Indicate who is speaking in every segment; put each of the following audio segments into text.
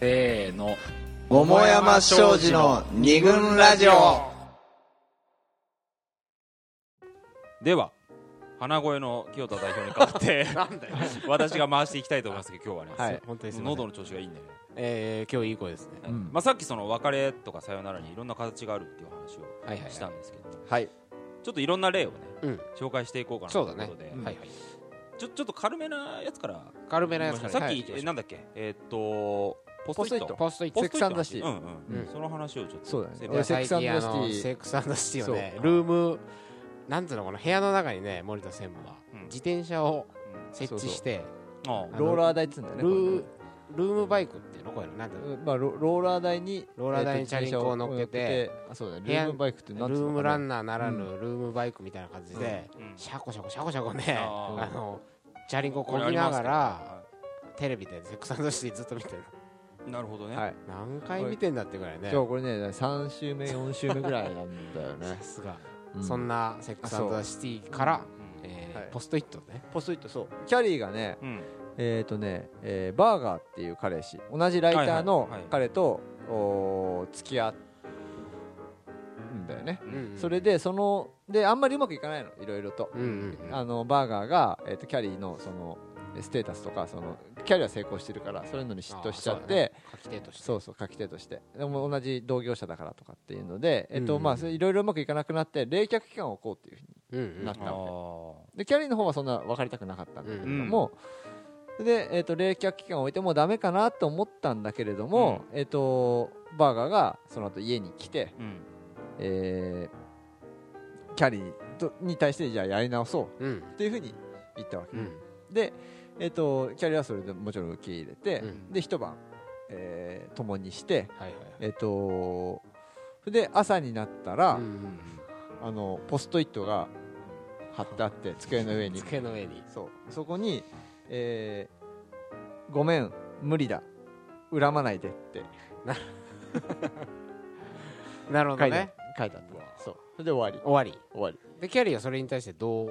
Speaker 1: せーの
Speaker 2: 桃山商事の二軍ラジオ
Speaker 3: では鼻声の清田代表に代わって 私が回していきたいと思いますけど今日はね、
Speaker 4: はい本当にすみません
Speaker 3: 喉の調子がいいんだよね、
Speaker 4: えー、今日いい声ですね
Speaker 1: うん
Speaker 3: まあ、さっきその別れとかさよならにいろんな形があるっていう話を
Speaker 4: はいはいはい
Speaker 3: したんですけども、
Speaker 4: はい
Speaker 3: ちょっといろんな例をね、
Speaker 4: うん
Speaker 3: 紹介していこうかなとい
Speaker 4: そ
Speaker 3: ううこ
Speaker 4: だ
Speaker 3: とで
Speaker 4: ね、はいはい
Speaker 3: ちょちょっと軽めなやつから
Speaker 4: 軽めなやつから
Speaker 3: さっき、
Speaker 4: はい
Speaker 3: えなんだっけえーっとポストイット
Speaker 4: ポストイット
Speaker 3: ポストイット
Speaker 5: セクサンダシティ
Speaker 3: の話うんうん
Speaker 4: うん
Speaker 3: その話をちょっと
Speaker 5: そうだね
Speaker 3: せめ
Speaker 4: 俺
Speaker 5: 俺
Speaker 3: て
Speaker 5: セ
Speaker 4: 最
Speaker 5: クサン
Speaker 4: 近あ
Speaker 5: ダシティ
Speaker 4: のセクサンダシティをね
Speaker 3: そう
Speaker 4: ルームなんつうのこの部屋の中にね森田専務は
Speaker 3: うん
Speaker 4: 自転車を
Speaker 3: うん
Speaker 4: 設置して
Speaker 3: あ
Speaker 4: あの
Speaker 5: ローラー台っつうんだよね
Speaker 4: ル
Speaker 5: これ
Speaker 4: ー
Speaker 5: ね
Speaker 4: ルームバイクっていうのこれなんだろう
Speaker 5: うんまあ、ロローラー台に
Speaker 4: ローラー台に
Speaker 5: えっと自転車
Speaker 4: チャリンコを乗っけて
Speaker 5: あそうだね
Speaker 4: 部
Speaker 5: ル
Speaker 4: 屋
Speaker 5: ームバイクって
Speaker 4: ル
Speaker 5: なんつうの
Speaker 4: ームラン
Speaker 5: か
Speaker 4: ナーならぬ
Speaker 5: う
Speaker 4: ルームバイクみたいな感じで
Speaker 3: うん
Speaker 4: シャコシャコシャコシャコね
Speaker 3: あ
Speaker 5: ー
Speaker 4: あのチャリンコこぎながらテレビでセクサンダシティずっと見てる
Speaker 3: なるほどね、
Speaker 5: なはい
Speaker 4: 何回見てんだってぐらいね
Speaker 5: 今日これね3週目4週目ぐらいなんだよ
Speaker 4: さ
Speaker 5: ね、
Speaker 4: すが
Speaker 5: う
Speaker 4: そんなセックスアンドザシティから、
Speaker 3: うん
Speaker 4: えー
Speaker 5: はい
Speaker 4: ポストイットね
Speaker 5: ポストイットそうキャリーがね
Speaker 3: うん
Speaker 5: えっ、とね、えーバーガーっていう彼氏同じライターの
Speaker 3: はいはいはい
Speaker 5: 彼と、おー付き合うんだよね、
Speaker 3: うん
Speaker 5: それでそのであんまりうまくいかないのいろいろと、
Speaker 4: うんうんうん
Speaker 5: あのバーガーが、えー、とキャリーのそのステータスとかそのキャリーは成功してるからそういうのに嫉妬しちゃっ
Speaker 4: あーそう
Speaker 5: て
Speaker 4: だね書き手として
Speaker 5: そうそう書き手としてでも同じ同業者だからとかっていうのでえっと
Speaker 4: うん
Speaker 5: まあそれいろいろうまくいかなくなって冷却期間を置こうっていうふうに
Speaker 4: うんうん
Speaker 5: なっ
Speaker 3: あ
Speaker 5: たの
Speaker 3: ー
Speaker 5: でキャリーの方はそんな別れたくなかったんだけれども、で、えっと冷却期間を置いてもうダメかなと思ったんだけれども、えっとバーガーがその後家に来て、
Speaker 3: うん
Speaker 5: えーキャリーとに対してじゃあやり直そう
Speaker 4: うん
Speaker 5: っていうふうに言ったわけ、
Speaker 4: うん
Speaker 5: で、えっとキャリーはそれでもちろん受け入れて、
Speaker 4: うん
Speaker 5: で一晩、えー共にして、
Speaker 4: はいはい
Speaker 5: えっとそれで朝になったら、
Speaker 4: はいうん
Speaker 5: あのポストイットが貼ってあって机の上に
Speaker 4: 机の上に
Speaker 5: そうそこに、えーごめん無理だ恨まないで」って
Speaker 4: なるほ
Speaker 5: 書
Speaker 4: ど
Speaker 5: いてあっ
Speaker 4: ね
Speaker 5: た書いてあったそうそれで終わ
Speaker 4: 終わり
Speaker 5: り終わり
Speaker 4: でキャリーはそれに対してどう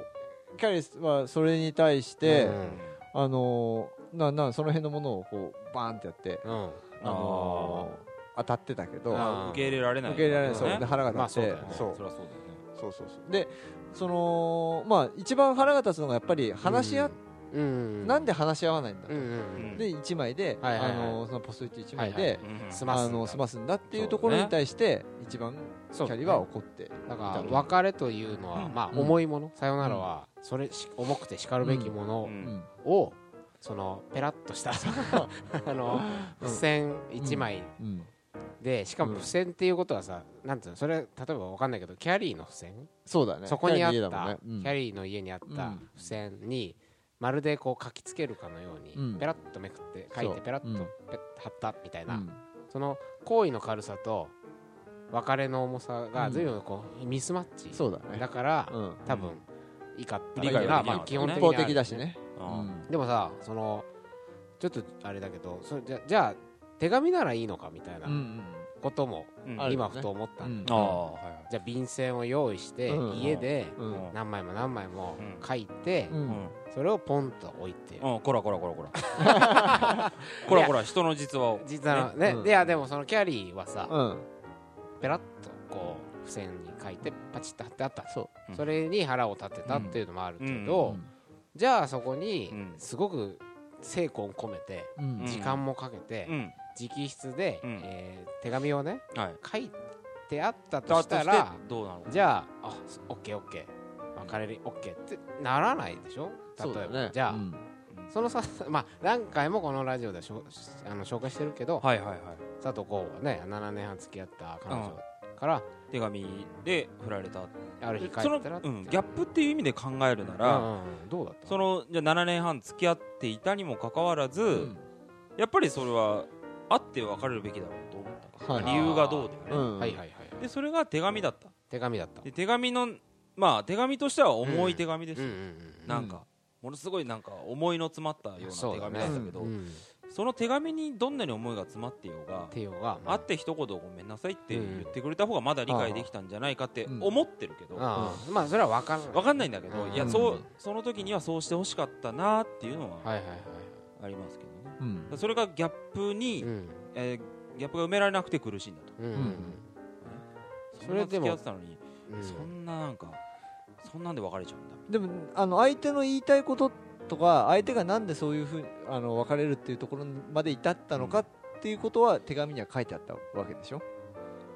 Speaker 5: キャリスはそれに対して、
Speaker 4: うん
Speaker 5: あのーななその辺のものをこうバーンってやって、
Speaker 4: うん
Speaker 5: あのー当たってたけど
Speaker 4: あ
Speaker 3: 受け入れられない
Speaker 5: 受け入れられないそう
Speaker 3: ね
Speaker 5: で腹が立って、
Speaker 4: まあそうだ
Speaker 5: そ
Speaker 4: よね
Speaker 5: う
Speaker 3: そりゃそうだよね
Speaker 5: そうそうそうでそのまあ一番腹が立つのがやっぱり話し合っ、
Speaker 4: うん
Speaker 5: なんで話し合わないんだと、
Speaker 4: うんうん
Speaker 5: で1枚で、
Speaker 4: はいはいはい
Speaker 5: あのそのポストイット1枚で、
Speaker 4: はいはい
Speaker 3: うん
Speaker 4: すま
Speaker 5: あ
Speaker 4: 済ますんだ
Speaker 5: の済ますんだっていうところに対して、一番キ
Speaker 4: そう
Speaker 5: ャリーは怒って
Speaker 4: だ
Speaker 5: いた
Speaker 4: か
Speaker 5: と
Speaker 4: ら別れというのは、
Speaker 3: うん
Speaker 4: まあ
Speaker 5: うん
Speaker 4: 重いもの、さよならはそれし重くてしかるべきも
Speaker 3: う
Speaker 4: の
Speaker 5: うんん
Speaker 4: を、そのペラッとした あの付箋1枚
Speaker 5: うん
Speaker 4: でしか
Speaker 5: う
Speaker 4: も
Speaker 5: ん
Speaker 4: 付箋っていうことはさ、なんていうのそれ例えばわかんないけどキャリーの付箋
Speaker 5: そうだね
Speaker 4: そこにあっ
Speaker 5: キャリーだもん
Speaker 4: た
Speaker 5: ね
Speaker 4: キ
Speaker 5: うん
Speaker 4: ャリーの家にあっ
Speaker 5: う
Speaker 4: た
Speaker 5: ん
Speaker 4: 付箋にまるでこう書きつけるかのよう
Speaker 5: う
Speaker 4: に
Speaker 5: ん
Speaker 4: ペラッとめくって書い
Speaker 5: そ
Speaker 4: て
Speaker 5: う
Speaker 4: ペラッと
Speaker 5: うん
Speaker 4: ペッ貼ったみたいな、
Speaker 5: うん
Speaker 4: その行為の軽さと別れの重さが随分こうミスマッチ、
Speaker 5: そうだね
Speaker 4: だから、
Speaker 5: うん
Speaker 4: 多分怒った
Speaker 3: 理解は
Speaker 4: が
Speaker 3: できなかったね
Speaker 4: 基本的
Speaker 5: 一
Speaker 4: に
Speaker 5: 方的だしね
Speaker 3: あー
Speaker 4: でもさそのちょっとあれだけどそれじゃじゃあ手紙ならいいのかみたいな
Speaker 5: うんうん
Speaker 4: ことも
Speaker 3: うん
Speaker 5: あるよね
Speaker 4: 今ふと思った、
Speaker 5: うん
Speaker 3: あーはいはい
Speaker 4: じゃあ便箋を用意して、
Speaker 5: うん
Speaker 4: 家で
Speaker 5: うんうん
Speaker 4: 何枚も何枚も
Speaker 3: うん
Speaker 4: 書いて、
Speaker 5: うん
Speaker 4: それをポンと置いて、
Speaker 3: うん、こらこらこらこらこらこら人の実話を
Speaker 4: 実はね
Speaker 5: うん
Speaker 4: いやでもそのキャリーはさ、
Speaker 5: うん
Speaker 4: ペラッとこう付箋に書いてパチッと貼ってあった
Speaker 5: そう
Speaker 3: うん
Speaker 4: それに腹を立てたっていうのもあるけど、
Speaker 5: うん
Speaker 4: じゃあそこに
Speaker 3: うん
Speaker 4: すごく精魂込めて
Speaker 5: うん
Speaker 4: 時間もかけて
Speaker 3: うん
Speaker 4: 直筆で、
Speaker 3: うん
Speaker 4: えー手紙をね
Speaker 3: はい
Speaker 4: 書いてあったと
Speaker 3: だ
Speaker 4: し
Speaker 3: と
Speaker 4: た
Speaker 3: して
Speaker 4: ら
Speaker 3: どうなのか
Speaker 4: じゃああオッケーオッケー別れるオッケーってならないでしょ例
Speaker 5: そうだ
Speaker 4: えば、
Speaker 5: ね
Speaker 4: じゃあ、
Speaker 5: うん
Speaker 4: そのさまあ何回もこのラジオでしょあの紹介してるけど
Speaker 3: はいはいはい
Speaker 4: 佐藤浩はね7年半付き合った彼女から
Speaker 3: 手紙で振られた
Speaker 4: ある日帰
Speaker 3: その、
Speaker 4: ったらって
Speaker 3: うん、ギャップっていう意味で考えるな
Speaker 4: うん
Speaker 3: ら、
Speaker 4: うんうんどうだった
Speaker 3: そのじゃあ7年半付き合っていたにもかかわらず、
Speaker 5: うん
Speaker 3: やっぱりそれはあって別れるべきだろうと思ったから、
Speaker 5: は
Speaker 3: 理
Speaker 5: い
Speaker 3: 由がどうだよね、
Speaker 5: うん
Speaker 4: はいはいはいはい
Speaker 3: でそれが手紙だった
Speaker 4: 手紙だった
Speaker 3: で手紙のまあ手紙としては重い手紙です
Speaker 4: うん
Speaker 3: よ、
Speaker 4: うんうん
Speaker 3: なんか、ものすごいなんか思いの詰まったような
Speaker 4: そう
Speaker 3: 手
Speaker 4: だ
Speaker 3: 紙
Speaker 4: ね
Speaker 3: だったけどそ,、
Speaker 4: うん、
Speaker 3: の手紙にどんなに思いが詰まってようが、
Speaker 4: テオが、
Speaker 3: 会って一言ごめんなさいって言ってくれた方がまだ理解できたんじゃないかって
Speaker 5: うん
Speaker 3: 思ってるけど、
Speaker 4: ああまあそれは分からない
Speaker 3: 分かんないんだけど、
Speaker 4: うん
Speaker 3: いやそうその時にはそうしてほしかったなっていうのは
Speaker 4: はいはいはい
Speaker 3: ありますけどね、
Speaker 5: うん
Speaker 3: それがギャップに、
Speaker 4: うん
Speaker 3: えーギャップが埋められなくて苦しいんだと
Speaker 4: うんうん
Speaker 3: そ
Speaker 4: そ
Speaker 3: れ
Speaker 4: れ
Speaker 3: で
Speaker 4: で
Speaker 3: も
Speaker 4: も
Speaker 3: 付き合ってたのに、
Speaker 4: うん
Speaker 3: そんななんかそんなんで別れちゃうんだ
Speaker 5: でもあの相手の言いたいこととか相手がなんでそういうふうにあの別れるっていうところまで至ったのかっていうことは手紙には書いてあったわけでしょ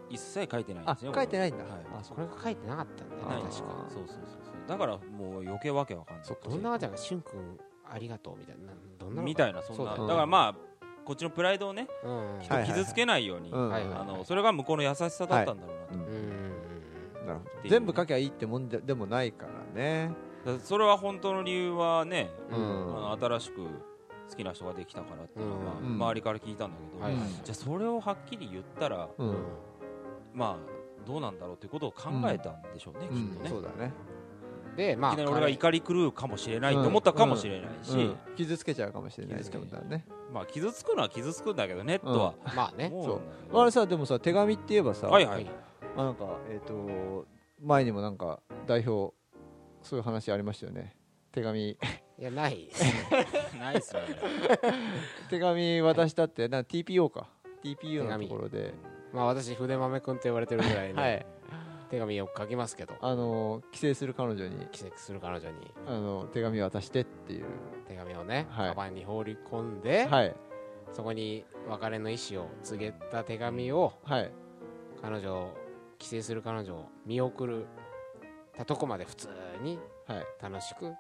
Speaker 3: 一切書いてないんで
Speaker 5: あ
Speaker 3: すよ
Speaker 5: 書いてないんだ、
Speaker 3: はい
Speaker 5: あそ
Speaker 4: これが書いてなかったんだよ
Speaker 3: ないで
Speaker 4: ね確
Speaker 3: す
Speaker 4: か
Speaker 3: そうそうそうそうだからもう余計わけわかんない
Speaker 5: そっか
Speaker 4: どんなわけだかしゅんくんありがとうみたいなどんなのか
Speaker 3: みたいなそん
Speaker 4: そう
Speaker 3: な
Speaker 4: だ
Speaker 3: だ
Speaker 4: よね
Speaker 3: からまあこっちのプライドをね
Speaker 4: うんうん
Speaker 3: きっと
Speaker 5: はいはい
Speaker 3: 傷つけないように
Speaker 5: うん
Speaker 4: はいはい
Speaker 3: あのそれが向こうの優しさだったんだろうなと
Speaker 5: うん
Speaker 4: うんうん
Speaker 3: ってい
Speaker 5: なるほど
Speaker 3: う
Speaker 5: 全部書きゃいいってもんででもないからね
Speaker 3: だからそれは本当の理由はね
Speaker 4: う
Speaker 3: あ
Speaker 4: ん
Speaker 3: の新しく好きな人ができたからっていうのは
Speaker 4: うん
Speaker 3: 周りから聞いたんだけど
Speaker 4: はいはい
Speaker 3: じゃあそれをはっきり言ったら
Speaker 5: うん、うん
Speaker 3: まあどうなんだろうっていうことを考えたんでしょうねきっとね
Speaker 5: そうだね、
Speaker 4: でま
Speaker 3: い
Speaker 4: あ
Speaker 3: きなり俺が怒り狂うかもしれないと思ったかもしれないし
Speaker 5: うん傷つけちゃうかもしれないってことだね
Speaker 3: まあ傷つくのは傷つくんだけどねとは
Speaker 4: 彼まあね
Speaker 3: 思うんだけど
Speaker 5: あれさでもさ手紙って言えばさ、
Speaker 3: はいはい
Speaker 5: あなんかえっ、と前にもなんか代表そういう話ありましたよね手紙
Speaker 4: いやない
Speaker 3: ないっす よね
Speaker 5: 手紙渡したってなんか TPO か TPO のところで、
Speaker 4: まあ私筆豆くんって言われてるぐらい
Speaker 5: は
Speaker 4: ね
Speaker 5: い
Speaker 4: 手紙を書きますけど
Speaker 5: あの帰省する彼女に
Speaker 4: 帰省する彼女に
Speaker 5: あの手紙渡してっていう
Speaker 4: 手紙をね
Speaker 5: はい
Speaker 4: カバンに放り込んで
Speaker 5: はい
Speaker 4: そこに別れの意思を告げた手紙を
Speaker 5: はい
Speaker 4: 彼女を帰省する彼女を見送るたとこまで普通に
Speaker 5: はい
Speaker 4: 楽しく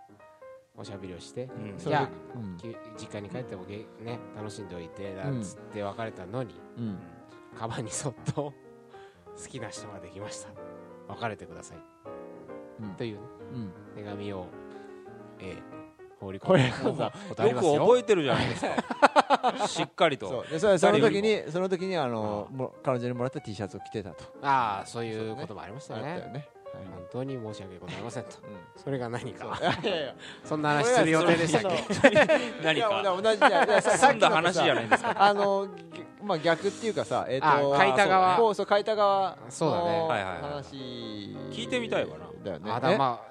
Speaker 4: おしゃべりをして
Speaker 3: うん
Speaker 5: そ
Speaker 4: い
Speaker 5: れで
Speaker 4: や
Speaker 5: うん
Speaker 4: き実家に帰ってもげね楽しんでおいてだっつって別れたのに、
Speaker 5: うん
Speaker 4: カバンにそっと好きな人ができました別れてください、
Speaker 5: うん
Speaker 4: というね
Speaker 5: うん
Speaker 4: 手紙を、えー放り
Speaker 5: こ
Speaker 4: 込ん
Speaker 5: れ
Speaker 4: で
Speaker 5: がさ
Speaker 4: ことあり
Speaker 3: よく
Speaker 4: ますよ
Speaker 3: 覚えてるじゃないです かしっかりと
Speaker 5: そうでそれその時にその時にあのも彼女にもらった T シャツを着てたと
Speaker 4: ああそういうこともありました
Speaker 5: あ
Speaker 4: ね
Speaker 5: ったよねはい
Speaker 4: 本当に申し訳ございません と
Speaker 5: うん
Speaker 4: それが何か
Speaker 5: いやいや
Speaker 4: そんな話する予定でしたっけ
Speaker 3: 何
Speaker 5: いや
Speaker 3: か
Speaker 5: 同じじゃんいやささっ
Speaker 3: 済
Speaker 5: き
Speaker 3: ん
Speaker 5: の
Speaker 3: だ
Speaker 5: とさ
Speaker 3: 話じゃないですか
Speaker 5: あの、ぎまあ、逆っていうかさ、えっ、と、
Speaker 4: あ書いた側
Speaker 5: こうそう、書いた側の。
Speaker 4: そうだね
Speaker 3: はいはいはい
Speaker 5: 話。
Speaker 3: 聞いてみたいわな
Speaker 5: だよね。
Speaker 4: あだまあ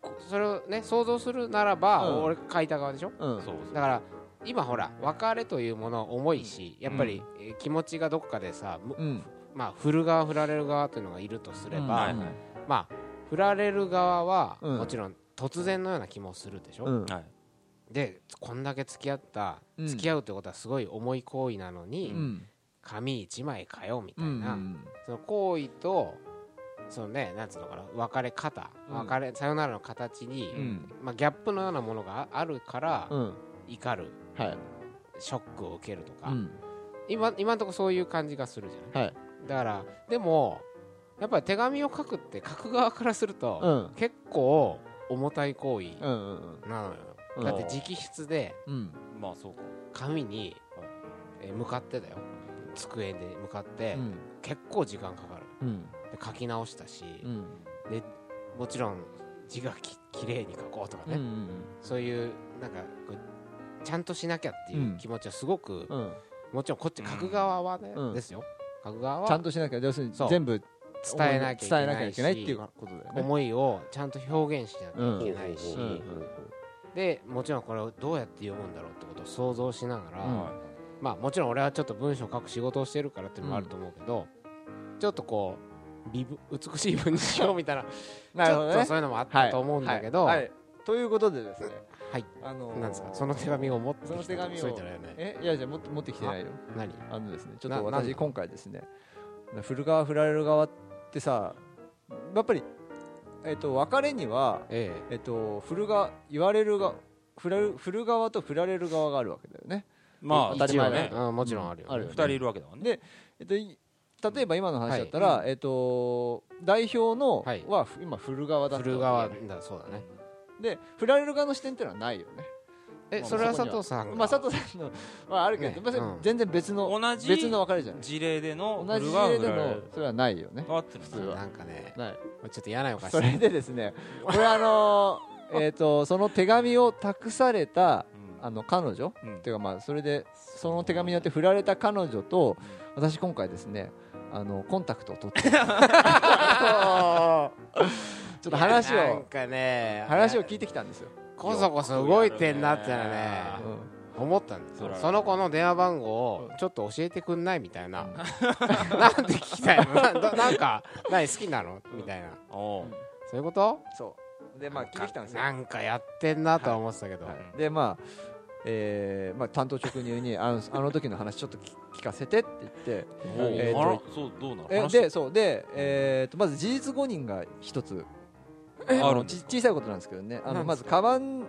Speaker 4: こそれをね想像するならば、
Speaker 5: うん
Speaker 4: 俺書いた側でしょ
Speaker 5: えうん。
Speaker 3: そう
Speaker 4: だから今ほら別れというもの重いしやっぱり、えー気持ちがどっかでさ、む
Speaker 5: うん。
Speaker 4: まあ振る側振られる側というのがいるとすれば、
Speaker 3: はい
Speaker 4: まあ振られる側は、
Speaker 5: うん
Speaker 4: もちろん突然のような気もするでしょ、
Speaker 5: うん。
Speaker 3: はい
Speaker 4: でこんだけ付き合った
Speaker 5: うん
Speaker 4: 付き合うってことはすごい重い行為なのに、
Speaker 5: うん。
Speaker 4: 紙一枚かよみた
Speaker 5: う
Speaker 4: い
Speaker 5: ん。
Speaker 4: な、その行為とそのねなんつうのかな別れ方、
Speaker 5: うん
Speaker 4: 別れさよならの形に、
Speaker 5: うん
Speaker 4: まあ、ギャップのようなものがああるから、
Speaker 5: うん。
Speaker 4: 怒る
Speaker 5: はい。
Speaker 4: ショックを受けるとか、
Speaker 5: うん。
Speaker 4: 今今のところそういう感じがするじゃない、
Speaker 5: はい
Speaker 4: だからでもやっぱり手紙を書くって書く側からすると、
Speaker 5: うん。
Speaker 4: 結構重たい行為
Speaker 5: うん。うん。
Speaker 4: なのよ、
Speaker 5: うん
Speaker 4: だって直筆で
Speaker 5: うん。
Speaker 3: まあそうか
Speaker 4: 紙に
Speaker 3: はい、
Speaker 4: えー向かってだよ机で向かっ
Speaker 5: う
Speaker 4: て、
Speaker 5: ん。
Speaker 4: 結構時間かかる
Speaker 5: うん。
Speaker 4: で書き直したし、
Speaker 5: うん。
Speaker 4: でもちろん字がききれいに書こうとかね、そういうなんかこうちゃんとしなきゃっていう気持ちはすごく、
Speaker 5: うん。
Speaker 4: もちろんこっち書く側はね、
Speaker 5: うん
Speaker 4: ですよ書く側
Speaker 5: ちゃ
Speaker 4: は
Speaker 5: んとしなきゃ、要するに
Speaker 4: そう
Speaker 5: 全部
Speaker 4: 伝えなきゃいけない
Speaker 5: 伝
Speaker 4: し
Speaker 5: えなきゃいけないっていうことだよね。
Speaker 4: 思いをちゃんと表現しなきゃいけないし、
Speaker 5: うんうん
Speaker 4: でもちろんこれをどうやって読むんだろうってことを想像しながら、
Speaker 5: うん
Speaker 3: は
Speaker 4: まあもちろん俺はちょっと文章を書く仕事をしてるからっていうのもあると思うけど、ちょっとこう美文美しい文にしようみたいな
Speaker 5: な
Speaker 4: ち
Speaker 5: るほ
Speaker 4: ょ
Speaker 5: ど
Speaker 4: っと
Speaker 5: ね
Speaker 4: そ。ういうのもあったと思うんだけど、
Speaker 5: はいはいということでですね。
Speaker 4: はい。
Speaker 5: あのー
Speaker 4: なんですかその手紙を持ってき
Speaker 5: そ
Speaker 4: た
Speaker 5: の手紙を
Speaker 4: そうじゃないよね
Speaker 5: えいやじゃあもっと持ってきてないよ
Speaker 4: 何
Speaker 5: あのですねちょっと
Speaker 4: ななん
Speaker 5: 私
Speaker 4: だ
Speaker 5: 今回ですね振る側振られる側ってさやっぱりえっと別れには
Speaker 4: え
Speaker 5: えっと振る側言われる側振られる振る側と振られる側があるわけだよね
Speaker 3: いまあ
Speaker 4: え
Speaker 5: 当たり前だね
Speaker 4: 一応うんもちろんあるよ、
Speaker 5: うんある
Speaker 3: 二人いるわけだもんね
Speaker 5: でえっとい例えば今の話だったら、えっと代表の
Speaker 4: はい
Speaker 5: は今振る側だった
Speaker 4: 振る
Speaker 5: わ
Speaker 4: 側
Speaker 5: けだよね
Speaker 4: だそうだね
Speaker 5: で振られる側の視点ってのはないよね
Speaker 4: え
Speaker 3: まあ
Speaker 4: それは
Speaker 5: そこには
Speaker 4: 佐藤さんが
Speaker 5: まあ佐藤さんのはあるけど、
Speaker 4: ね
Speaker 5: まあそれ
Speaker 4: うん
Speaker 5: 全然別の
Speaker 3: 同じ
Speaker 5: 別の別れじゃない
Speaker 3: 事例での
Speaker 5: 同じ
Speaker 3: ルガー
Speaker 5: 家
Speaker 3: フ
Speaker 5: で
Speaker 3: ラ
Speaker 5: の
Speaker 3: ル
Speaker 5: それはないよね
Speaker 3: 変わってる
Speaker 5: 通は
Speaker 4: なんかね
Speaker 5: ない
Speaker 4: ちょっと嫌な予感し
Speaker 5: そ
Speaker 4: て
Speaker 5: れでですねこれあのーえっとその手紙を託された
Speaker 3: うん
Speaker 5: あの彼女っ
Speaker 3: うん
Speaker 5: ていうかまあそれでその手紙によって振られた彼女と私今回ですねあのコンタクトを取ってちょっと話
Speaker 4: いやな
Speaker 5: を
Speaker 4: んかね
Speaker 5: 話を聞いてきたんですよ、
Speaker 4: こそこそ動いてんなってのはね
Speaker 5: う
Speaker 4: 思ったんです
Speaker 3: そ
Speaker 4: よ
Speaker 3: ら
Speaker 4: その子の電話番号をちょっと教えてくんないみたい ななんで聞きたいの などなんか何好きなのみたいな
Speaker 3: おう
Speaker 4: そういうこと
Speaker 5: そうでまあ聞いてきたんですよ
Speaker 4: なんかやってんなとは思ってたけど、
Speaker 5: はいでまあえーまあ、担当直入にあのあの時の話ちょっと聞聞かせてって言って
Speaker 3: おう
Speaker 5: えーと
Speaker 3: あらそうどうなの
Speaker 5: え
Speaker 3: 話して
Speaker 5: でそうで、えー、とまず事実誤認が一つあ
Speaker 3: ある
Speaker 5: の
Speaker 3: んで
Speaker 5: ち
Speaker 3: すか
Speaker 5: 小さいことなんですけどねあの
Speaker 4: なんで
Speaker 5: ますず
Speaker 4: か
Speaker 5: カバン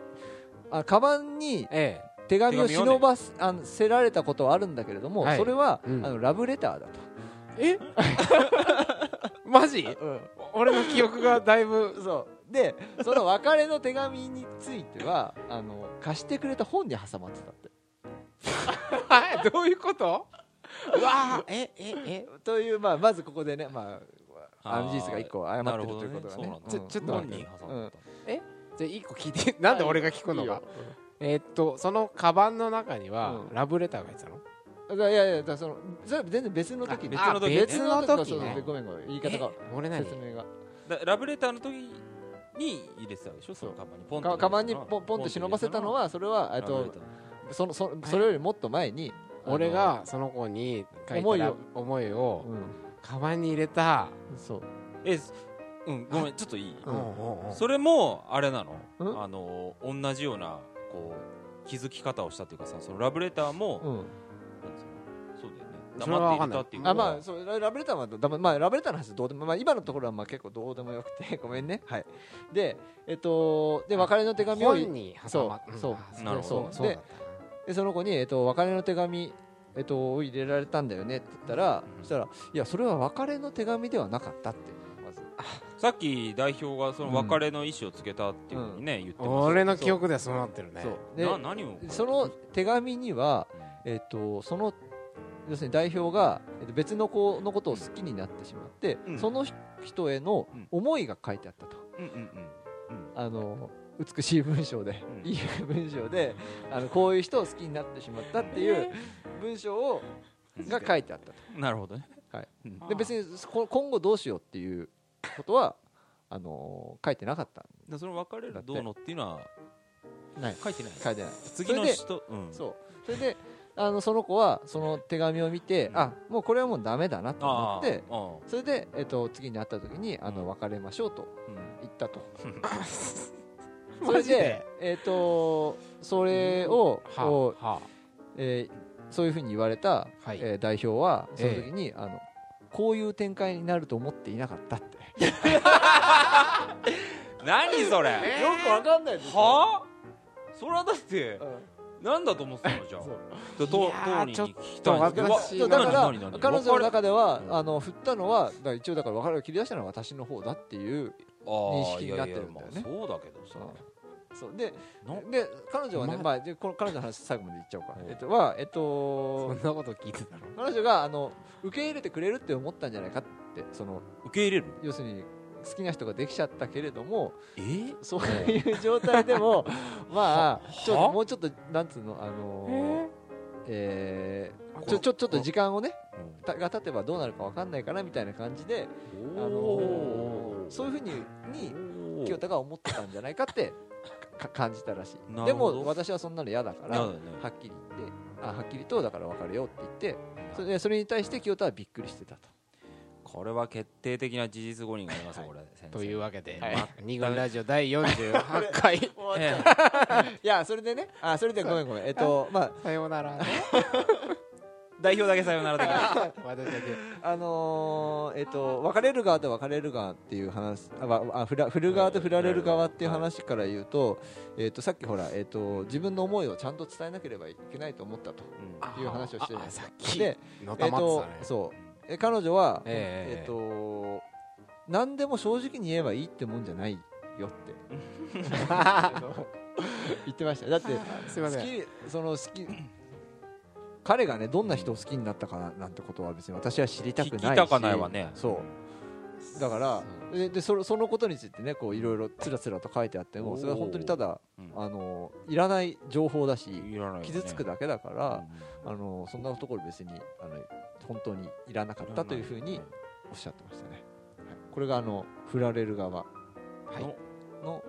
Speaker 5: あカバンに
Speaker 4: ええ
Speaker 5: 手紙を
Speaker 3: 手紙をね
Speaker 5: 忍ばす、あのせられたことはあるんだけれども、
Speaker 4: はい
Speaker 5: それは、
Speaker 4: うん
Speaker 5: あのラブレターだと、
Speaker 4: えマジ俺の記憶がだいぶ
Speaker 5: そうでその別れの手紙についてはあの貸してくれた本に挟まってたって
Speaker 4: はいどういうことうわーえええ
Speaker 5: という、まあ、まずここでね、まあ、
Speaker 3: あー
Speaker 5: あの事実が一個誤
Speaker 3: な
Speaker 5: っ
Speaker 3: る
Speaker 5: てる
Speaker 3: ほど
Speaker 5: という
Speaker 3: ね
Speaker 5: ことが
Speaker 3: そうな
Speaker 5: ね
Speaker 3: ん
Speaker 5: う
Speaker 3: だ
Speaker 5: ん
Speaker 4: ちょちょっと
Speaker 3: 本
Speaker 4: 待っ
Speaker 3: 人
Speaker 4: て
Speaker 3: に挟んだ
Speaker 4: じゃあ一個聞いて なんで俺が聞くの
Speaker 5: いい
Speaker 4: が
Speaker 5: よ
Speaker 4: えーっとそのカバンの中には
Speaker 5: うん
Speaker 4: ラブレターが入ってたの
Speaker 5: だからいやいやだからそのそれは全然別の時に
Speaker 3: あ別の時ね
Speaker 5: 別の時
Speaker 4: 別の時ね
Speaker 5: そうそうごめんごめん言い方が
Speaker 4: 俺何
Speaker 5: 説明が
Speaker 3: だラブレターの時に入れてたでしょそのカバンにポンと
Speaker 5: かカバンにポンポンと忍ばせたのはそれはえっ
Speaker 3: ラブレ
Speaker 5: と
Speaker 3: ター
Speaker 5: そのそそれよりもっと前に
Speaker 4: 俺がその子に書い
Speaker 5: 思
Speaker 4: た
Speaker 5: い
Speaker 4: ら
Speaker 5: を
Speaker 4: 思いうを
Speaker 5: ん
Speaker 4: カバンに入れた
Speaker 5: そう
Speaker 3: えすうんごめんちょっといい
Speaker 5: うん
Speaker 3: それもあれなの
Speaker 5: うん
Speaker 3: あの同じようなこう気づき方をしたっていうかさそのラブレターも
Speaker 5: うん
Speaker 3: なんつうのそうだよね
Speaker 4: それは
Speaker 3: 黙っ
Speaker 4: わ
Speaker 3: て
Speaker 4: か
Speaker 3: い
Speaker 4: ん
Speaker 3: た
Speaker 4: ない
Speaker 3: っていう
Speaker 5: あまあそうララブレターはだまあラブレターの話はどうでもまあ今のところはまあ結構どうでもよくてごめんねはいでえっとで別れの手紙を
Speaker 4: 本に挟ま
Speaker 5: そうそう
Speaker 4: うん
Speaker 3: なるほど
Speaker 4: そうそうだっ
Speaker 5: でその子に、えっと、別れの手紙、えっと、を入れられたんだよねって言ったら、
Speaker 3: うん
Speaker 5: そしたら「いやそれは別れの手紙ではなかった」ってまず
Speaker 3: さっき代表がその別れの意思をつけたっていうふうにね言って
Speaker 4: たな
Speaker 3: まし
Speaker 4: 俺の記憶ではそうなってるね
Speaker 5: で
Speaker 3: たな何を
Speaker 5: その手紙には、
Speaker 3: うん
Speaker 5: えっと、その要するに代表がえっと別の子のことを好きになってしまって、
Speaker 3: うん
Speaker 5: その人への
Speaker 3: うん
Speaker 5: 思いが書いてあったと。
Speaker 3: うんうんうん
Speaker 5: あの美しい文章で、
Speaker 3: うん
Speaker 5: いい文章であのこういう人を好きになってしまったっていう文章をが書いてあったと
Speaker 3: うんなるほどね
Speaker 5: はい
Speaker 3: うん
Speaker 5: で別にこ今後どうしようっていうことはあのー書いてなかった
Speaker 3: でその別れるどうのっていうのは
Speaker 5: ない
Speaker 3: 書いてない
Speaker 5: 書いてない
Speaker 3: 次の人うん
Speaker 5: そうそれであのその子はその手紙を見て、
Speaker 3: うん
Speaker 5: あもうこれはもうダメだなと思
Speaker 3: あ
Speaker 5: っ
Speaker 3: あ
Speaker 5: て
Speaker 3: あ
Speaker 5: それで、えっと次に会った時にあ
Speaker 3: う
Speaker 5: の
Speaker 3: ん
Speaker 5: 別れましょうと
Speaker 3: あうん
Speaker 5: 言ったと、そ
Speaker 4: マ
Speaker 5: れ
Speaker 4: ジ
Speaker 5: で
Speaker 4: で、
Speaker 5: えっとそれを、
Speaker 4: は
Speaker 5: こう
Speaker 4: あは
Speaker 5: えーそういうふうに言われた、
Speaker 4: はい
Speaker 5: えー代表はその
Speaker 4: ええ
Speaker 5: 時に、あのこういう展開になると思っていなかったって
Speaker 3: 何それ
Speaker 5: よくわかんないで
Speaker 3: はあそれはだってなんだと思ってたのじゃあ
Speaker 5: そ
Speaker 3: と
Speaker 5: う
Speaker 4: い
Speaker 3: 当
Speaker 4: やー
Speaker 3: 当人に聞きたいんですけど
Speaker 5: そう
Speaker 4: 私
Speaker 5: だ
Speaker 3: わ何
Speaker 5: から
Speaker 3: 何何
Speaker 5: 彼女の中では
Speaker 3: うん
Speaker 5: あの振ったのはだから一応だから別れを切り出したのは私の方だっていう
Speaker 3: 認
Speaker 5: 認識になってるんだよね
Speaker 3: そうだけどさ
Speaker 5: そうで
Speaker 3: な
Speaker 5: で彼女はね、
Speaker 3: ま
Speaker 5: まあ、でこの彼女の話最後まで言っちゃおうか
Speaker 3: う、ん
Speaker 5: えっと、は、えっ
Speaker 4: そ
Speaker 5: と
Speaker 4: ん、なこと聞いてたの
Speaker 5: 彼女があの受け入れてくれるって思ったんじゃないかってその
Speaker 3: 受け入れる
Speaker 5: 要するに好きな人ができちゃったけれども
Speaker 3: え
Speaker 5: そういう状態でもまあちょっ
Speaker 3: は
Speaker 5: ともうちょっとなんつうのあのーえーちょちょちょっと時間をねたが経てばどうなるかわかんないからみたいな感じで、あのーそういうふうにに
Speaker 3: に
Speaker 5: 清田が思ってたんじゃない かってか感じたらし
Speaker 3: なるほど
Speaker 5: いでも私はそんなの嫌だか
Speaker 3: 嫌
Speaker 5: ら
Speaker 3: だ
Speaker 5: は
Speaker 3: よね
Speaker 5: っきり言ってあはっきりとだから別れようって言ってそれでそれに対して清田はびっくりしてたと
Speaker 3: これは決定的な事実誤認がありますよこれ先生
Speaker 4: というわけで
Speaker 5: はい
Speaker 4: 「二軍ラジオ第48回
Speaker 3: え
Speaker 5: いやそれでねあそれでごめんごめんえっ とまあ
Speaker 4: さようなら
Speaker 3: え 代表だけさよならできない
Speaker 4: 私だけ
Speaker 5: あのーえっと別れる側と別れる側っていう話あわあ振ら振る側と振られる側っていう話から言うと、えっとさっきほらえっと自分の思いをちゃんと伝えなければいけないと思ったという話をしてる
Speaker 4: ああさっき
Speaker 5: で
Speaker 4: の
Speaker 5: え
Speaker 4: た
Speaker 5: っ
Speaker 4: まっ
Speaker 5: と
Speaker 4: てたね
Speaker 5: そうえ彼女はえ
Speaker 4: え
Speaker 5: っ
Speaker 4: え
Speaker 5: と何でも正直に言えばいいってもんじゃないよって言ってましたよだって
Speaker 4: すい
Speaker 5: 好き
Speaker 4: ません
Speaker 5: その好き彼がねどんな人を好きになったかななんてことは別に私は知りたくないし
Speaker 3: 聞きたかないわね
Speaker 5: そうだからででそそのことについてねこういろいろつらつらと書いてあって
Speaker 3: お
Speaker 5: も
Speaker 3: ー
Speaker 5: それは本当にただ
Speaker 3: うん
Speaker 5: あのいらない情報だし
Speaker 3: いらないよね
Speaker 5: 傷つくだけだから、あのそんなところ別にあの本当にいらなかったというふうにおっしゃってましたね、はいこれがあの振られる側
Speaker 3: い
Speaker 5: の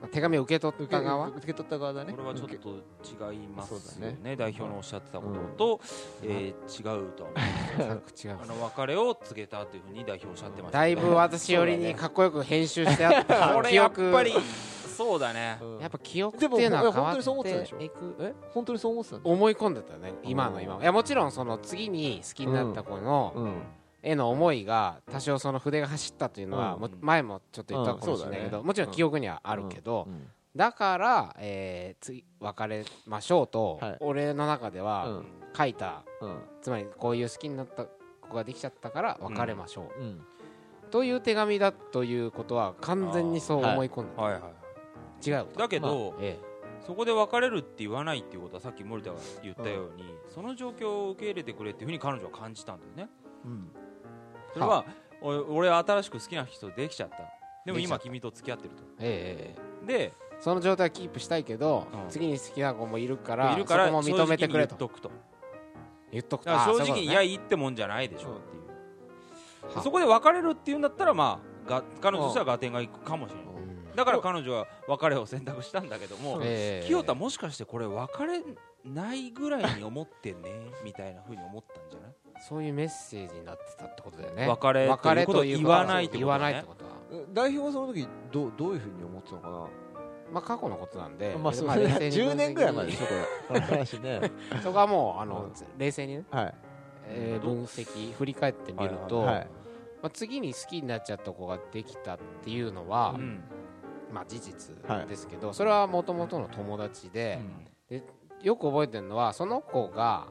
Speaker 4: まあ手紙を受け取っ
Speaker 5: 受
Speaker 4: た
Speaker 5: け
Speaker 4: 側
Speaker 5: 受け取った側だね
Speaker 3: これはちょっ
Speaker 5: 受け
Speaker 3: と違いますよ
Speaker 5: そう
Speaker 3: ね
Speaker 5: だ
Speaker 3: 代表のおっしゃってたことと、えー違うとは思う
Speaker 4: 違う
Speaker 3: あの別れを告げたというふうに代表おっしゃってました
Speaker 4: だ
Speaker 3: け
Speaker 4: い
Speaker 3: ど
Speaker 4: ぶ私よりにかっこよく編集してあ った
Speaker 3: これ
Speaker 4: 記
Speaker 3: やっ
Speaker 4: 憶
Speaker 3: ぱりそうだね
Speaker 5: うん
Speaker 4: やっぱ記憶っていうのは変わって
Speaker 5: でも本当に
Speaker 4: いく
Speaker 5: そう思ってたでしょ
Speaker 4: え
Speaker 5: 本当にそう思ってたんだ
Speaker 4: 思い込んでたね今の今いやもちろんその次に好きになった子の
Speaker 5: うん
Speaker 4: 絵の思いが多少その筆が走ったというのは
Speaker 5: うん
Speaker 4: もう前もちょっと言ったかもしれないけど
Speaker 5: うんそうだね
Speaker 4: もちろん記憶にはあるけど
Speaker 5: うん
Speaker 4: だからえー次別れましょうと
Speaker 5: はい
Speaker 4: 俺の中では書いた
Speaker 5: うん
Speaker 4: つまりこういう好きになった子ができちゃったから別れましょう
Speaker 5: うん
Speaker 4: という手紙だということは完全にそう思い込んで
Speaker 3: はいは
Speaker 4: た違うこ
Speaker 3: い
Speaker 4: と
Speaker 3: だけど、
Speaker 4: え
Speaker 3: そこで別れるって言わないっていうことはさっき森田が言ったように、その状況を受け入れてくれっていうふうに彼女は感じたんだよね
Speaker 5: うん
Speaker 3: それはお俺は新しく好きな人できちゃったでも
Speaker 4: できちゃ
Speaker 3: 今
Speaker 4: った
Speaker 3: 君と付き合ってると
Speaker 4: えええええ
Speaker 3: で
Speaker 4: その状態はキープしたいけど、
Speaker 3: うん
Speaker 4: 次に好きな子もいるから
Speaker 3: いるから
Speaker 4: そこも認めてくれと
Speaker 3: 正直に言っとくと
Speaker 4: 言っとくと
Speaker 3: だから正
Speaker 4: ああそう
Speaker 3: 直に
Speaker 4: うこ
Speaker 3: い
Speaker 4: とね
Speaker 3: やいいってもんじゃないでしょっていう
Speaker 4: は
Speaker 3: そこで別れるっていうんだったらまあが彼女としては合点がいくかもしれない
Speaker 4: うん
Speaker 3: だから彼女は別れを選択したんだけども
Speaker 4: ええ
Speaker 3: 清田もしかしてこれ別れないぐらいに思ってねみたいなふうに思ったんじゃない
Speaker 4: そういうメッセージになってたってことだよね
Speaker 3: 別れ
Speaker 4: 別れと
Speaker 3: と
Speaker 4: い
Speaker 3: いうう
Speaker 4: こ
Speaker 3: こととは言わ
Speaker 4: は
Speaker 3: ないってことだね
Speaker 4: 言わないってことは
Speaker 5: 代表はその時どうどういうふうに思ってたのか
Speaker 4: まあ過去のことなんで
Speaker 5: なまあそう
Speaker 4: 冷静に分析
Speaker 5: 10年ぐらい前でしょこれこの話ね
Speaker 4: そこはもうあの、
Speaker 5: うん
Speaker 4: 冷静にね、
Speaker 5: はい
Speaker 4: えー分析振り返ってみると、
Speaker 5: はいはい
Speaker 4: まあ、次に好きになっちゃった子ができたっていうのは、
Speaker 3: うん
Speaker 4: まあ事実ですけど、それはもともとの友達で、
Speaker 3: うん
Speaker 4: よく覚えてるのはその子が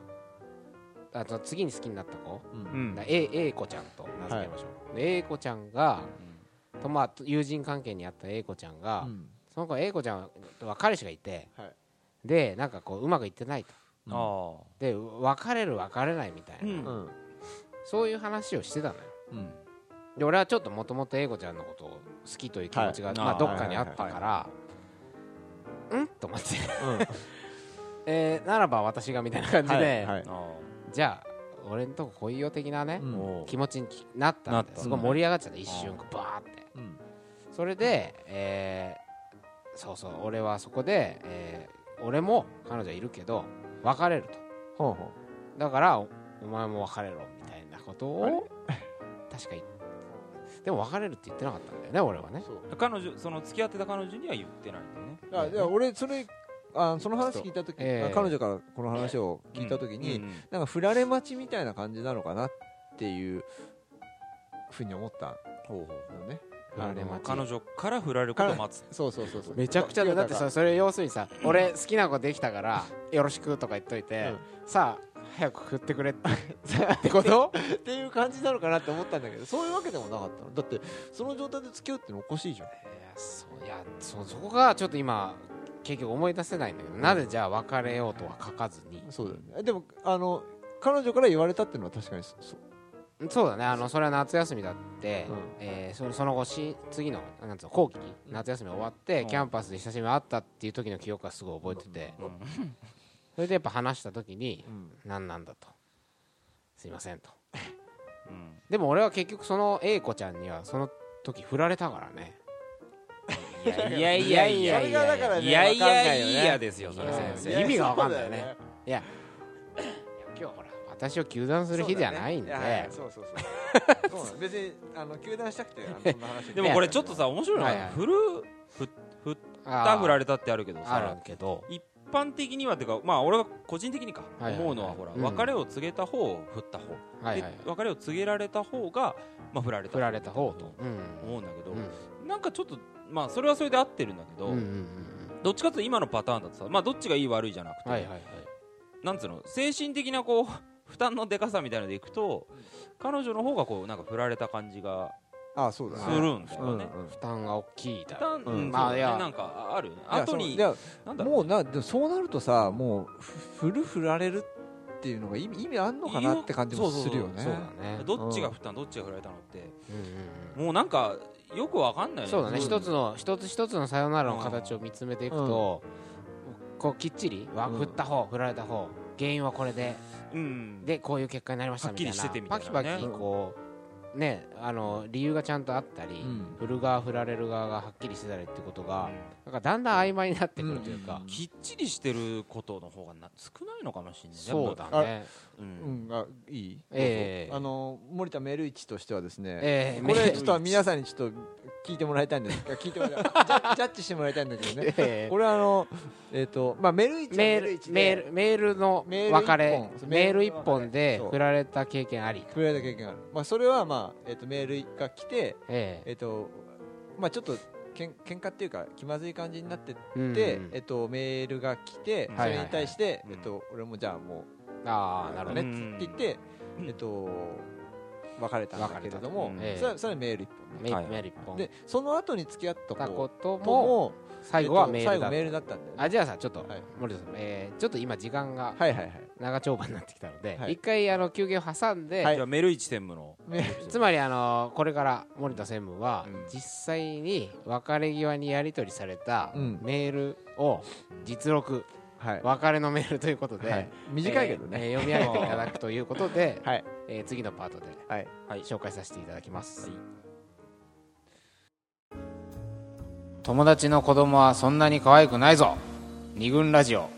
Speaker 4: あと次に好きになった子、
Speaker 5: うん
Speaker 3: うん
Speaker 4: だ A, A 子ちゃんと名付けましょう、で A 子ちゃんが、とまあ、友人関係にあった A 子ちゃんが、
Speaker 5: うん
Speaker 4: その子 A 子ちゃんとは彼氏がいて、
Speaker 5: はい
Speaker 4: でなんかこううまくいってないと
Speaker 5: うん
Speaker 3: あ
Speaker 4: で別れる別れないみたいな、
Speaker 3: うん
Speaker 5: うん
Speaker 4: そういう話をしてたのよ
Speaker 5: うん
Speaker 4: で俺はちょっともともと英子ちゃんのことを好きという気持ちが、
Speaker 3: はい
Speaker 4: まあ、
Speaker 3: あー
Speaker 4: どっかにあったから、うんと思って、 えーならば私がみたいな感じで、
Speaker 5: はいはい
Speaker 3: ああ
Speaker 4: じゃあ俺んとこ来いよ的なね、
Speaker 5: うん
Speaker 3: おう
Speaker 4: 気持ちになった
Speaker 3: なんっ
Speaker 4: で
Speaker 3: た
Speaker 4: すごい盛り上がっちゃった一瞬バーって
Speaker 5: うん
Speaker 4: それで、えーそうそう俺はそこで、えー俺も彼女いるけど別れると
Speaker 5: ほうほ
Speaker 4: だからおお前も別れろみたいなことを確かにでも別れるって言ってなかったんだよね俺はね
Speaker 5: うそう
Speaker 3: 彼女その付き合ってた彼女には言ってないんだよね
Speaker 5: あいや俺それあその話聞いた時、
Speaker 4: ちょっとええ
Speaker 5: あ彼女からこの話を聞いた時に、
Speaker 3: うんうん
Speaker 5: なんか振られ待ちみたいな感じなのかなっていうふうに思った
Speaker 3: ほうほう
Speaker 5: のね
Speaker 4: 振られ待ち
Speaker 3: 彼女から振られることを待つ
Speaker 5: そうそうそうそう
Speaker 4: めちゃくちゃだだって
Speaker 5: そ
Speaker 4: さそれ要するにさ俺好きな子できたからよろしくとか言っといてさあ早く振ってくれ ってってこと
Speaker 5: っていう感じなのかなって思ったんだけどそういうわけでもなかったのだってその状態で付き合うってのおかしいじゃん
Speaker 4: いやそういやそうそこがちょっと今結局思い出せないんだけどなぜじゃあ別れようとは書かずに
Speaker 5: そうだよねでもあの彼女から言われたっていうのは確かにそそう
Speaker 4: そうだねあのそれは夏休みだって、
Speaker 5: うん
Speaker 4: えーそその後し次のなんつうの後期夏休み終わって、
Speaker 3: うん
Speaker 4: キャンパスで久しぶりに会ったっていう時の記憶がすごい覚えてて、
Speaker 3: うん
Speaker 4: それでやっぱ話した時に
Speaker 5: うん
Speaker 4: 「何なんだ」と「すいません」と
Speaker 3: うん
Speaker 4: でも俺は結局その A 子ちゃんにはその時振られたからね
Speaker 3: いやいやいや
Speaker 5: それ
Speaker 3: い
Speaker 5: が
Speaker 3: や
Speaker 5: だからね
Speaker 3: いやい
Speaker 5: わかんな
Speaker 3: や
Speaker 5: いよね
Speaker 3: いやですよそれ
Speaker 4: いや
Speaker 3: 先
Speaker 4: い
Speaker 3: 生
Speaker 4: や意味がわかんないよねいやいや今日ほら私を糾弾す
Speaker 5: そうだ
Speaker 4: る
Speaker 5: よね
Speaker 4: 日じゃないんで、
Speaker 5: ややそうそうそうそうなの別にあの球団したくてあのそんな話
Speaker 3: でもこれちょっとさ面白いの
Speaker 4: はいは
Speaker 3: が
Speaker 4: い
Speaker 3: 振る振った振られたってあるけど
Speaker 4: あーあ
Speaker 3: さ
Speaker 4: るけど
Speaker 3: 一般的にはてかまあ俺は個人的にか
Speaker 4: はいはい
Speaker 3: 思うのはほら
Speaker 4: うん
Speaker 3: 別れを告げた方を振った方
Speaker 4: はい
Speaker 3: で
Speaker 4: はい
Speaker 3: 別れを告げられた方がまあ振られた
Speaker 4: 振られた方と、
Speaker 3: 思うんだけ
Speaker 4: う
Speaker 3: ど
Speaker 4: んうん
Speaker 3: なんかちょっとまあそれはそれで合ってるんだけど
Speaker 4: うんうんうん
Speaker 3: どっちかというと今のパターンだとさまあどっちがいい悪いじゃなく
Speaker 4: うんはい
Speaker 3: て
Speaker 4: はいはい
Speaker 3: なんつうの精神的なこう 負担のでかさみたいのでいくと彼女の方がこうなんか振られた感じが
Speaker 5: あそうだ
Speaker 3: す
Speaker 5: ね
Speaker 3: るんだよね
Speaker 5: うんうん
Speaker 4: 負担が大きいだ
Speaker 3: 負
Speaker 4: ろ
Speaker 3: 担
Speaker 5: うん
Speaker 3: うん
Speaker 4: まあ
Speaker 3: そう
Speaker 4: い
Speaker 3: だ
Speaker 4: や
Speaker 3: ねなんかあるよね
Speaker 5: いや
Speaker 3: 後に
Speaker 5: そういや
Speaker 3: なんだろう
Speaker 5: もうなでもそうなるとさもうふ振る振られるっていうのが意味意味あんのかなって感じもするよね
Speaker 4: そうだね
Speaker 3: どっちが負担どっちが振られたのって
Speaker 4: うんうんうん
Speaker 3: もうなんかよくわかんない
Speaker 4: そうだね一つ
Speaker 3: の
Speaker 4: の一つ一つのさよならの形を見つめていくと、こうきっちりわ
Speaker 5: うん
Speaker 4: 振った方振られた方原因はこれで
Speaker 3: うん
Speaker 4: でこういう結果になりましたみたいな
Speaker 3: はっきりしててみたいなね
Speaker 4: パキパキこうねあの理由がちゃんとあったり、
Speaker 1: うん
Speaker 4: 振る側振られる側がはっきりしてたりってことが、なんかだんだん曖昧になってくるというか、
Speaker 3: きっちりしてることの方がな少ないのかもしれないね
Speaker 4: そうだね
Speaker 3: う
Speaker 5: うんん、あいい、
Speaker 4: ええ
Speaker 5: あの森田メール位置としてはですね、
Speaker 4: ええ
Speaker 5: これ
Speaker 4: め
Speaker 5: ちょっと皆さんにちょっと聞いてもらいたいんです が聞いてもらいたいジャジャッジしてもらいたいんだけどね
Speaker 4: ええ
Speaker 5: これはあのえっ、とまあメール位置は
Speaker 4: メ
Speaker 5: ル位
Speaker 4: ー
Speaker 5: 置で
Speaker 4: ルメールメールの
Speaker 5: メール一本
Speaker 4: 別れ
Speaker 5: そう
Speaker 4: メール一本で
Speaker 5: そう
Speaker 4: 振られた経験あり、
Speaker 5: 触れられた経験がある、まあ、それは、まあえっとメールが来て、
Speaker 4: ええ
Speaker 5: えっとまあ、ちょっとけん喧嘩っていうか気まずい感じになってって、
Speaker 4: うん
Speaker 5: えっと、メールが来て
Speaker 3: うん
Speaker 5: それに対して、
Speaker 3: はいはいはい
Speaker 5: えっと、俺もじゃあも
Speaker 4: あ
Speaker 5: う
Speaker 4: あなるほ
Speaker 5: ね
Speaker 4: ど
Speaker 5: っ
Speaker 4: ね
Speaker 5: つって言って、えっと、別れたんだけれども、
Speaker 3: 別れたとええ
Speaker 5: それはそれはメール一
Speaker 4: メー
Speaker 3: はい
Speaker 4: ルメール一本
Speaker 5: 本でその後に付き合った
Speaker 4: た
Speaker 5: 子
Speaker 4: こ
Speaker 5: と
Speaker 4: とも
Speaker 5: も
Speaker 4: 最後は
Speaker 5: えっ
Speaker 4: メ
Speaker 5: と
Speaker 4: ー
Speaker 5: 最
Speaker 4: ルだ
Speaker 5: 後
Speaker 4: っ
Speaker 5: メー
Speaker 4: た
Speaker 5: ルだったんだよね
Speaker 4: あじゃあさちょっと
Speaker 5: はい
Speaker 4: 森田さんえーちょっと今時間が
Speaker 5: はいはいはい
Speaker 4: 長丁場になってきたので
Speaker 5: はい
Speaker 4: 一回あの休憩を挟んで
Speaker 5: はい
Speaker 3: じゃあメルイチ専務の
Speaker 5: メール
Speaker 4: つまりあのこれから森田専務は
Speaker 3: うん
Speaker 4: 実際に別れ際にやり取りされた
Speaker 5: うん
Speaker 4: メールを実録
Speaker 5: はい
Speaker 4: 別れのメールということ
Speaker 5: は
Speaker 4: で
Speaker 5: い短いけどね、
Speaker 4: えーえー読み上げていただくということで
Speaker 5: はい
Speaker 4: えー次のパートで
Speaker 5: はい
Speaker 4: 紹介させていただきます
Speaker 3: はい
Speaker 4: 友達の子供はそんなに可愛くないぞ二軍ラジオ